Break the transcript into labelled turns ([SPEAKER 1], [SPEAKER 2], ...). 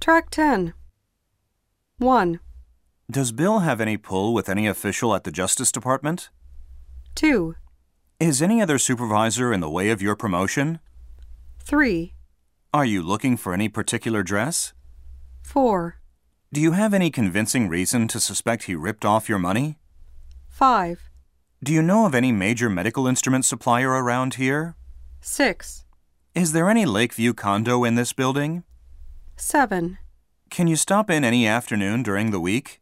[SPEAKER 1] Track 10. 1,
[SPEAKER 2] Does Bill have any pull with any official at the Justice Department?
[SPEAKER 1] 2,
[SPEAKER 2] Is any other supervisor in the way of your promotion?
[SPEAKER 1] 3,
[SPEAKER 2] Are you looking for any particular dress?
[SPEAKER 1] 4,
[SPEAKER 2] Do you have any convincing reason to suspect he ripped off your money?
[SPEAKER 1] 5,
[SPEAKER 2] Do you know of any major medical instrument supplier around here?
[SPEAKER 1] 6,
[SPEAKER 2] Is there any Lakeview condo in this building?
[SPEAKER 1] 7,
[SPEAKER 2] Can you stop in any afternoon during the week?